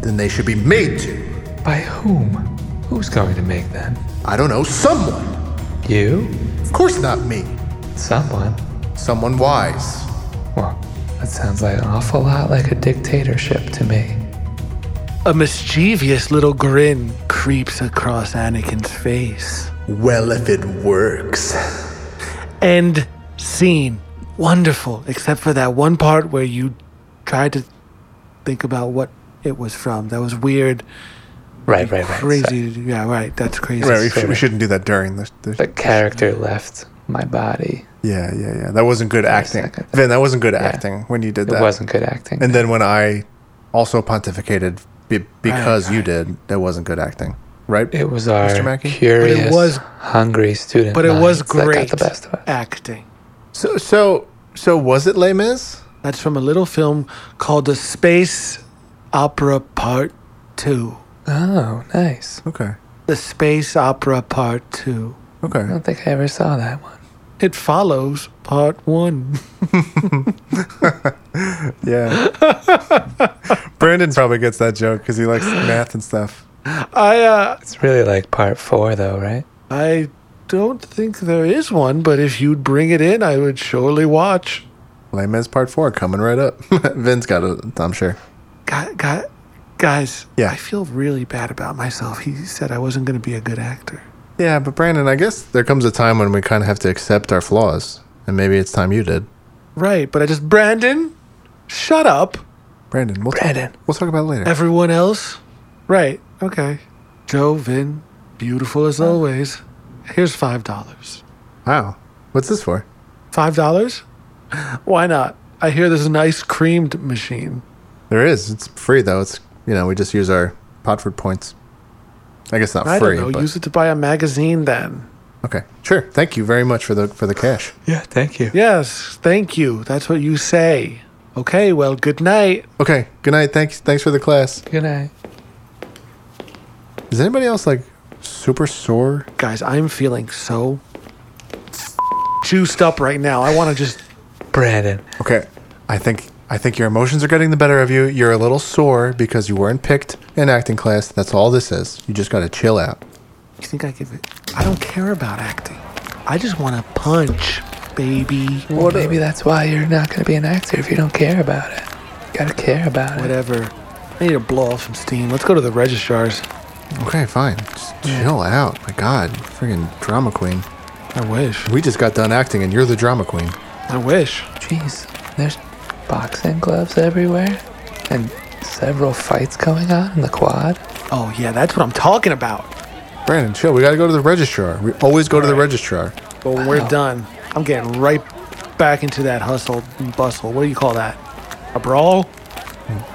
B: Then they should be made to.
C: By whom? Who's going to make them?
B: I don't know, someone.
C: You?
B: Of course not me.
C: Someone?
B: Someone wise.
C: Well, that sounds like an awful lot like a dictatorship to me.
D: A mischievous little grin creeps across Anakin's face.
B: Well, if it works.
D: End scene. Wonderful, except for that one part where you tried to think about what it was from. That was weird,
C: Right, right, right. sorry.
D: crazy. Yeah, right. That's crazy.
B: Right, we, sh- we shouldn't do that during this. this-
C: The character left my body.
B: yeah, yeah, yeah. That wasn't good acting.
C: second.
B: Vin, that wasn't good acting when you did
C: It
B: that.
C: wasn't good acting.
B: And then when I also pontificated be- because you did, that wasn't good acting, right?
C: Oh, it was our
B: Mr. Mackey?
C: curious,
D: was-
C: hungry student.
D: But it was
C: minds that
D: great
C: Got the best of us.
D: acting.
B: So, so, so was it Les Mis?
D: That's from a little film called The Space Opera Part 2.
C: Oh, nice.
B: Okay,
D: The Space Opera Part 2.
C: I
B: okay.
C: don't think I ever saw that one.
D: It follows Part 1.
B: Yeah. Brandon probably gets that joke because he likes math and stuff.
D: I uh,
C: It's really like part four, though, right?
D: I don't think there is one, but if you'd bring it in, I would surely watch.
B: Les Mis Part Four coming right up. Vin's got it, I'm sure.
D: Guy, guy, guys,
B: Yeah.
D: I feel really bad about myself. He said I wasn't going to be a good actor.
B: Yeah, but Brandon, I guess there comes a time when we kind of have to accept our flaws, and maybe it's time you did.
D: Right, but I just Brandon, shut up.
B: Brandon, we'll
C: Brandon.
B: talk, we'll talk about it later.
D: Everyone else? Right. Okay. Joe, Vin, beautiful as always. Here's five dollars.
B: Wow, what's this for?
D: Five dollars? Why not? I hear there's an ice creamed machine.
B: There is. It's free though. It's you know, we just use our Potford points. I guess not
D: I
B: free,
D: don't know.
B: but
D: Use it to buy a magazine then.
B: okay, sure. Thank you very much for the for the cash.
C: Yeah, thank you.
D: Yes, thank you. That's what you say. Okay, well, good night.
B: Okay, good night. Thanks, thanks for the class.
C: Good night.
B: Is anybody else like super sore?
D: Guys, I'm feeling so juiced up right now. I want to just.
C: Brandon,
B: Okay, I think I think your emotions are getting the better of you. You're a little sore because you weren't picked in acting class. That's all this is. You just got to chill out.
D: You think I give it? I don't care about acting. I just want to punch, baby.
C: well, maybe that's why you're not going to be an actor if you don't care about it. You gotta care about it.
D: Whatever. I need to blow off some steam. Let's go to the registrar's.
B: Okay, fine. Just chill out. My God, friggin' drama queen.
D: I wish.
B: We just got done acting, and you're the drama queen.
D: I wish.
C: Jeez, there's boxing gloves everywhere and several fights going on in the quad.
D: Oh, yeah, that's what I'm talking about.
B: Brandon, chill. We got to go to the registrar. We always go to the registrar.
D: But when we're done, I'm getting right back into that hustle and bustle. What do you call that? A brawl,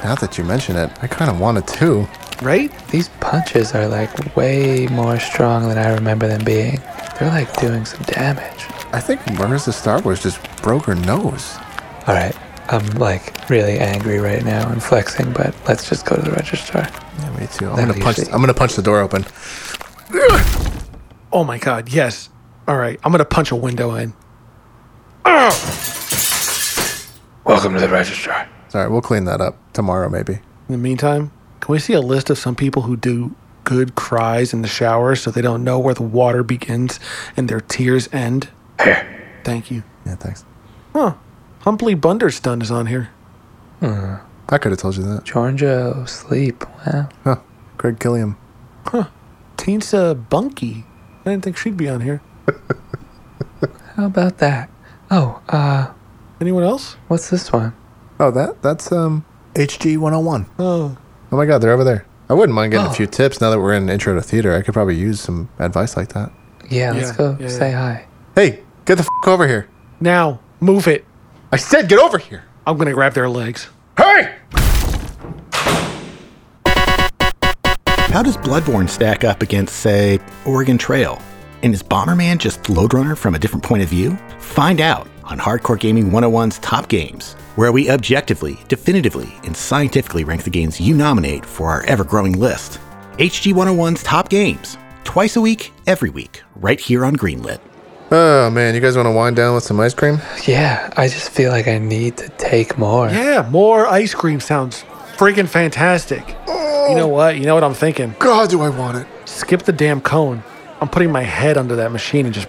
B: Now that you mention it, I kind of wanted to.
D: right?
C: These punches are like way more strong than I remember them being. They're like doing some damage.
B: I think Marissa Star Wars just broke her nose.
C: All right, I'm like really angry right now and flexing, but let's just go to the registrar.
B: Yeah, me too. I'm
C: That'd
B: gonna
C: be
B: punch.
C: shitty.
B: I'm gonna punch the door open.
D: Oh my god, yes. All right, I'm gonna punch a window in.
C: Welcome to the registrar.
B: Sorry, we'll clean that up tomorrow, maybe.
D: In the meantime, can we see a list of some people who do good cries in the shower so they don't know where the water begins and their tears end? Thank you.
B: Yeah, thanks.
D: Humphrey Bunderstun is on here.
B: I could have told you that.
C: Giorgio, sleep. Wow.
B: Huh? Greg Gilliam.
D: Teensa Bunky. I didn't think she'd be on here.
C: How about that? Oh, uh,
D: Anyone else?
C: what's this one?
B: Oh, that that's um HG 101.
D: Oh,
B: Oh my God, they're over there. I wouldn't mind getting
C: Oh.
B: a few tips now that we're in intro to theater. I could probably use some advice like that.
C: Yeah, let's
D: Yeah,
C: go
D: yeah,
C: say hi.
B: Hey, get the f- over here!
D: now move it.
B: I said get over here!
D: I'm gonna grab their legs.
B: Hey!
K: How does Bloodborne stack up against, say, Oregon Trail? And is Bomberman just Loadrunner from a different point of view? Find out on Hardcore Gaming 101's Top Games, where we objectively, definitively, and scientifically rank the games you nominate for our ever growing list. HG 101's Top Games, twice a week, every week, right here on Greenlit.
B: Oh man, you guys want to wind down with some ice cream?
C: Yeah, I just feel like I need to take more.
D: Yeah, more ice cream sounds freaking fantastic. You know what? You know what I'm thinking?
B: God, do I want it!
D: Skip the damn cone. I'm putting my head under that machine and just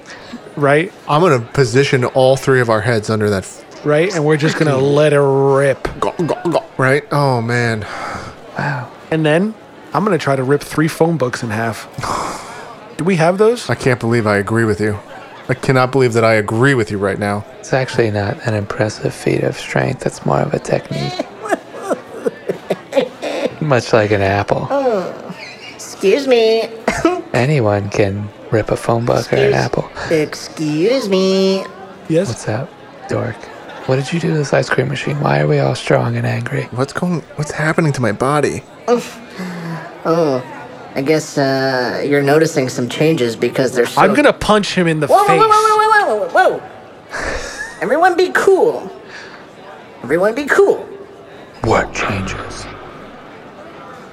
D: right,
B: I'm gonna position all three of our heads under that. F-
D: right, and we're just gonna let it rip.
B: right? Oh man.
D: And then I'm gonna try to rip three phone books in half. Do we have those?
B: I can't believe I agree with you. I cannot believe that I agree with you right now.
C: It's actually not an impressive feat of strength. That's more of a technique. Much like an apple.
J: Excuse me.
C: Anyone can rip a phone book or an apple.
J: Excuse me.
D: Yes.
C: What's up, dork? What did you do to this ice cream machine? Why are we all strong and angry?
B: What's going? What's happening to my body?
J: I guess uh, you're noticing some changes because they're so.
D: I'm gonna punch him in the
J: Whoa, whoa,
D: face.
J: whoa, whoa, whoa, whoa, whoa, whoa! Everyone be cool. Everyone be cool.
C: What changes?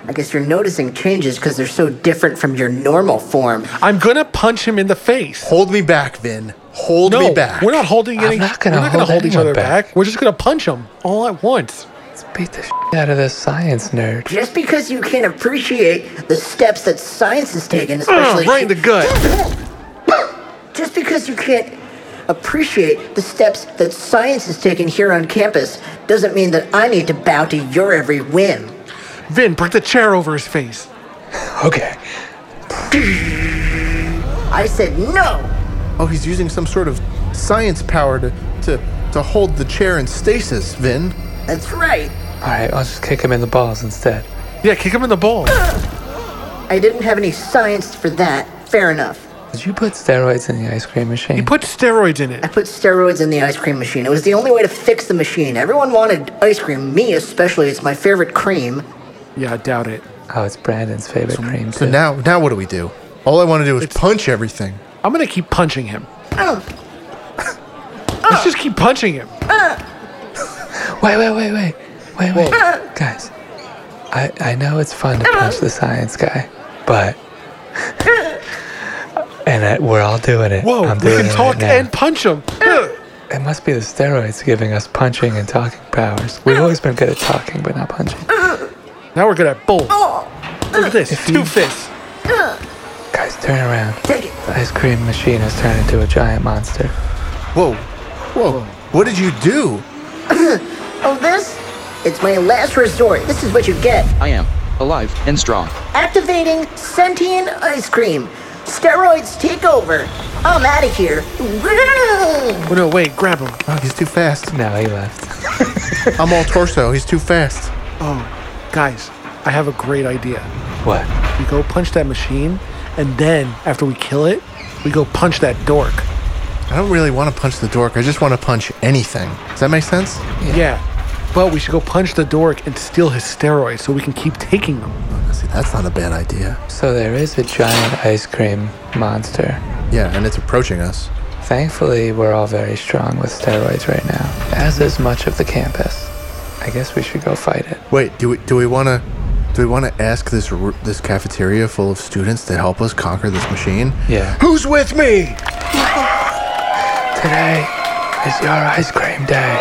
J: I guess you're noticing changes because they're so different from your normal form.
D: I'm gonna punch him in the face.
B: Hold me back, Vin. Hold
D: No,
B: me back.
D: we're not holding
C: I'm
D: any.
C: not gonna
D: we're not gonna
C: hold
D: hold each
C: anyone
D: other
C: back.
D: back. We're just gonna punch him all at once.
C: Let's beat the shit out of this science nerd.
J: Just because you can't appreciate the steps that science has taken, especially
D: right in Oh, the gut.
J: just because you can't appreciate the steps that science has taken here on campus, doesn't mean that I need to bow to your every whim.
D: Vin, bring the chair over his face.
C: Okay.
J: I said no.
B: Oh, he's using some sort of science power to to to hold the chair in stasis, Vin.
J: That's right.
C: All right, I'll just kick him in the balls instead.
D: Yeah, kick him in the balls.
J: I didn't have any science for that. Fair enough.
C: Did you put steroids in the ice cream machine?
D: You put steroids in it.
J: I put steroids in the ice cream machine. It was the only way to fix the machine. Everyone wanted ice cream, me especially. It's my favorite cream.
D: Yeah, I doubt it.
C: Oh, it's Brandon's favorite cream.
B: So now, now what do we do? All I want to do is punch everything.
D: I'm gonna keep punching him. Let's just keep punching him.
C: Wait, wait, wait, wait, wait, wait, guys. I I know it's fun to punch the science guy, but and I, we're all doing it.
D: Whoa,
C: I'm
D: we
C: doing
D: can
C: it
D: talk
C: right now.
D: and punch him.
C: It must be the steroids giving us punching and talking powers. We've always been good at talking, but not punching.
D: Now we're good at both. Look at this, two fists.
C: Guys, turn around.
J: Take it.
C: The ice cream machine has turned into a giant monster.
B: Whoa, whoa! What did you do?
J: Oh, this? It's my last resort. This is what you get.
L: I am alive and strong.
J: Activating sentient ice cream. Steroids take over. I'm out of here. Woo!
D: Oh, no, wait, grab him.
B: Oh, he's too fast.
C: No, he left.
B: I'm all torso. He's too fast.
D: Oh, guys, I have a great idea.
C: What?
D: We go punch that machine, and then after we kill it, we go punch that dork.
B: I don't really want to punch the dork. I just want to punch anything. Does that make sense?
D: Yeah. But we should go punch the dork and steal his steroids so we can keep taking them.
B: See, that's not a bad idea.
C: So there is a giant ice cream monster.
B: Yeah, and it's approaching us.
C: Thankfully, we're all very strong with steroids right now, as is much of the campus. I guess we should go fight it.
B: Wait, do we do we want to do we want to ask this r- this cafeteria full of students to help us conquer this machine?
C: Yeah.
B: Who's with me?
C: Today is your ice cream day.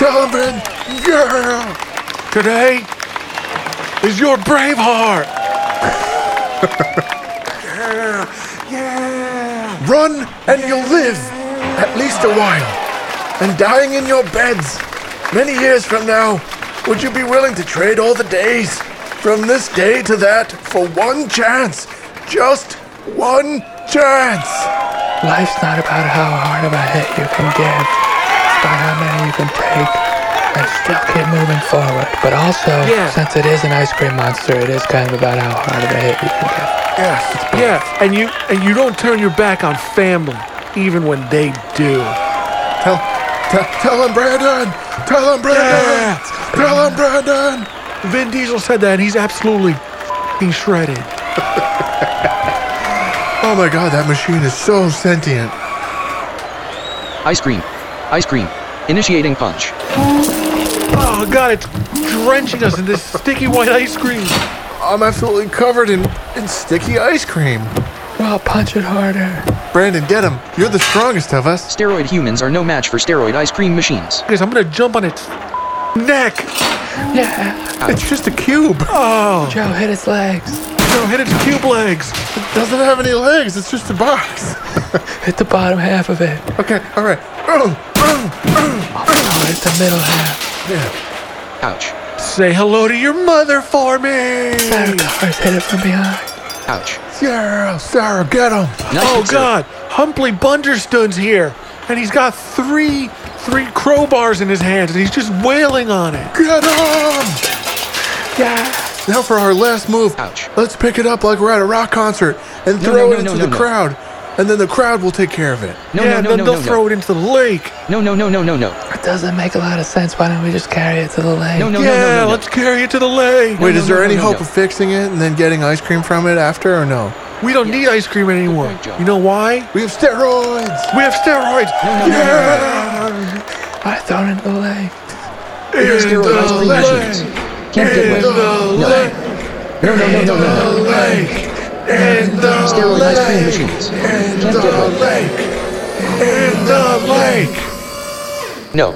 B: Donovan, yeah.
D: Today is your brave heart.
B: Run and you'll live at least a while. And dying in your beds many years from now, would you be willing to trade all the days from this day to that for one chance? Just one chance.
C: Life's not about how hard of a hit you can give, it's about how many you can take and still keep moving forward. But also,
D: Yeah.
C: since it is an ice cream monster, it is kind of about how hard of a hit you can give.
D: Yes. Yeah, and you and you don't turn your back on family, even when they do.
B: Tell, tell, tell him, Brandon. Tell him, Brandon. Tell him, Brandon.
D: Vin Diesel said that, and he's absolutely f***ing shredded.
B: Oh my God, that machine is so sentient.
L: Ice cream. Ice cream. Initiating punch.
D: Oh God, it's drenching us in this sticky white ice cream.
B: I'm absolutely covered in, in sticky ice cream.
C: Well, punch it harder.
B: Brandon, get him. You're the strongest of us.
L: Steroid humans are no match for steroid ice cream machines.
D: Guys, I'm gonna jump on its neck.
C: Yeah.
B: It's just a cube.
D: Oh,
C: Joe hit his legs.
D: no, hit its cube legs.
B: It doesn't have any legs. It's just a box.
C: Hit the bottom half of it.
B: Okay, all right.
C: Oh, hit the middle half.
L: Ouch.
D: Say hello to your mother for me.
L: Mm.
C: Sarah Cars hit it from behind.
L: Ouch.
B: Sarah, Sarah, get him.
L: Nice
D: Oh
L: and slow.
D: God, Humphrey Bunderstun's here, and he's got three three crowbars in his hands, and he's just wailing on it.
B: Get him.
C: Yeah.
B: Now for our last move.
L: Ouch.
B: Let's pick it up like we're at a rock concert and
L: No,
B: throw
L: no, no, no,
B: it into
L: no,
B: the
L: no.
B: crowd. And then the crowd will take care of it.
L: No,
D: yeah, and
L: no,
D: then
L: no,
D: they'll
L: no,
D: throw
L: no,
D: it into the lake.
L: no. No, no, no, no, no, no.
C: It doesn't make a lot of sense. Why don't we just carry it to the lake?
L: No, no,
D: yeah,
L: no, no, no.
D: let's carry it to the lake.
B: Wait,
L: no,
B: is
L: no,
B: there
L: no,
B: any
L: no,
B: hope
L: no.
B: of fixing it and then getting ice cream from it after or no?
D: We don't need ice cream anymore.
L: Good job.
D: You know why?
B: We have steroids.
D: We have steroids.
L: no, no, no,
C: Why throw it into the lake?
L: Steroid ice cream machines. Can't get away. No. No, no, no, no, no, no.
B: In the
L: Steroid ice cream machines. Can't get away.
B: lake. In the lake.
L: No.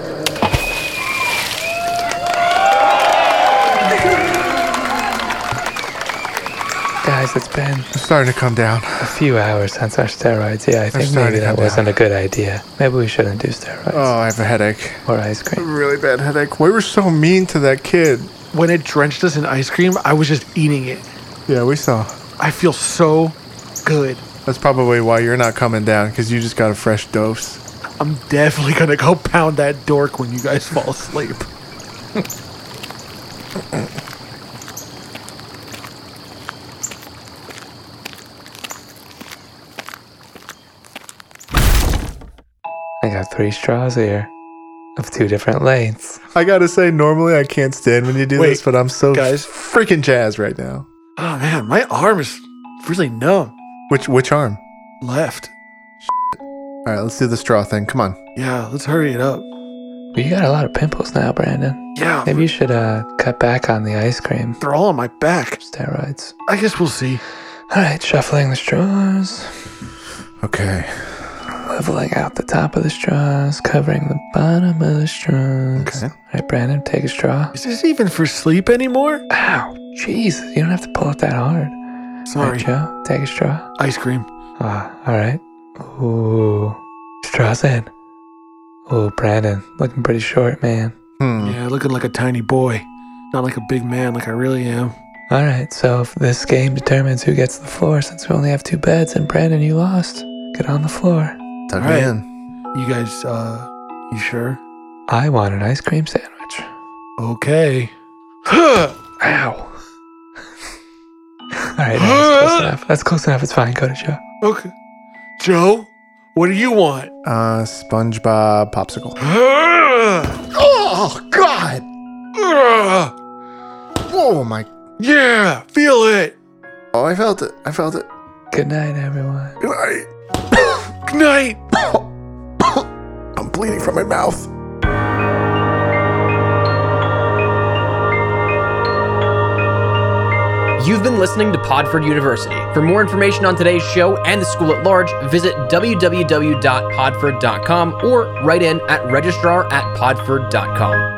C: Guys, it's been
B: I'm starting to come down.
C: a few hours since our steroids. Yeah, I think
B: starting
C: maybe
B: to
C: that
B: come
C: wasn't a good idea. Maybe we shouldn't do steroids
B: Oh, I have a headache.
C: or ice cream.
B: Really bad headache. We were so mean to that kid.
D: When it drenched us in ice cream, I was just eating it.
B: Yeah, we saw.
D: I feel so good.
B: That's probably why you're not coming down because you just got a fresh dose.
D: I'm definitely gonna go pound that dork when you guys fall asleep.
C: I got three straws here. of two different lanes.
B: I gotta say, normally I can't stand when you do
D: Wait,
B: this, but I'm so
D: guys.
B: freaking jazzed right now.
D: Oh man, my arm is really numb.
B: Which which arm?
D: Left.
B: All right, let's do the straw thing. Come on.
D: Yeah, let's hurry it up.
C: You got a lot of pimples now, Brandon.
D: Yeah.
C: Maybe you should uh, cut back on the ice cream
D: They're all on my back.
C: steroids.
D: I guess we'll see.
C: All right, shuffling the straws,
B: Okay.
C: leveling out the top of the straws, covering the bottom of the straws. Okay. All right, Brandon, take a straw.
D: Is this even for sleep anymore?
C: Ow, Jesus, you don't have to pull it that hard. All right,
D: Sorry.
C: Joe, take a straw.
D: Ice cream.
C: Ah, all right. Ooh, straws in. Ooh, Brandon, looking pretty short, man.
B: Hmm.
D: Yeah, looking like a tiny boy. Not like a big man like I really am.
C: All right, so if this game determines who gets the floor since we only have two beds and Brandon, you lost. Get on the floor.
B: Tuck
D: All right.
B: me in.
D: You guys, uh, you sure?
C: I want an ice cream sandwich.
D: Okay.
C: Ow. All right, that's close enough. That's close enough. It's fine. Go to Joe.
D: Okay. Joe, what do you want?
B: Uh, SpongeBob popsicle.
D: oh,
B: God. Oh my.
D: Yeah, feel it.
B: Oh, I felt it. I felt it.
C: Good night, everyone.
B: Good night.
D: Good night.
B: I'm bleeding from my mouth.
A: You've been listening to Podford University. For more information on today's show and the school at large, visit www.podford.com or write in at registrar at podford.com.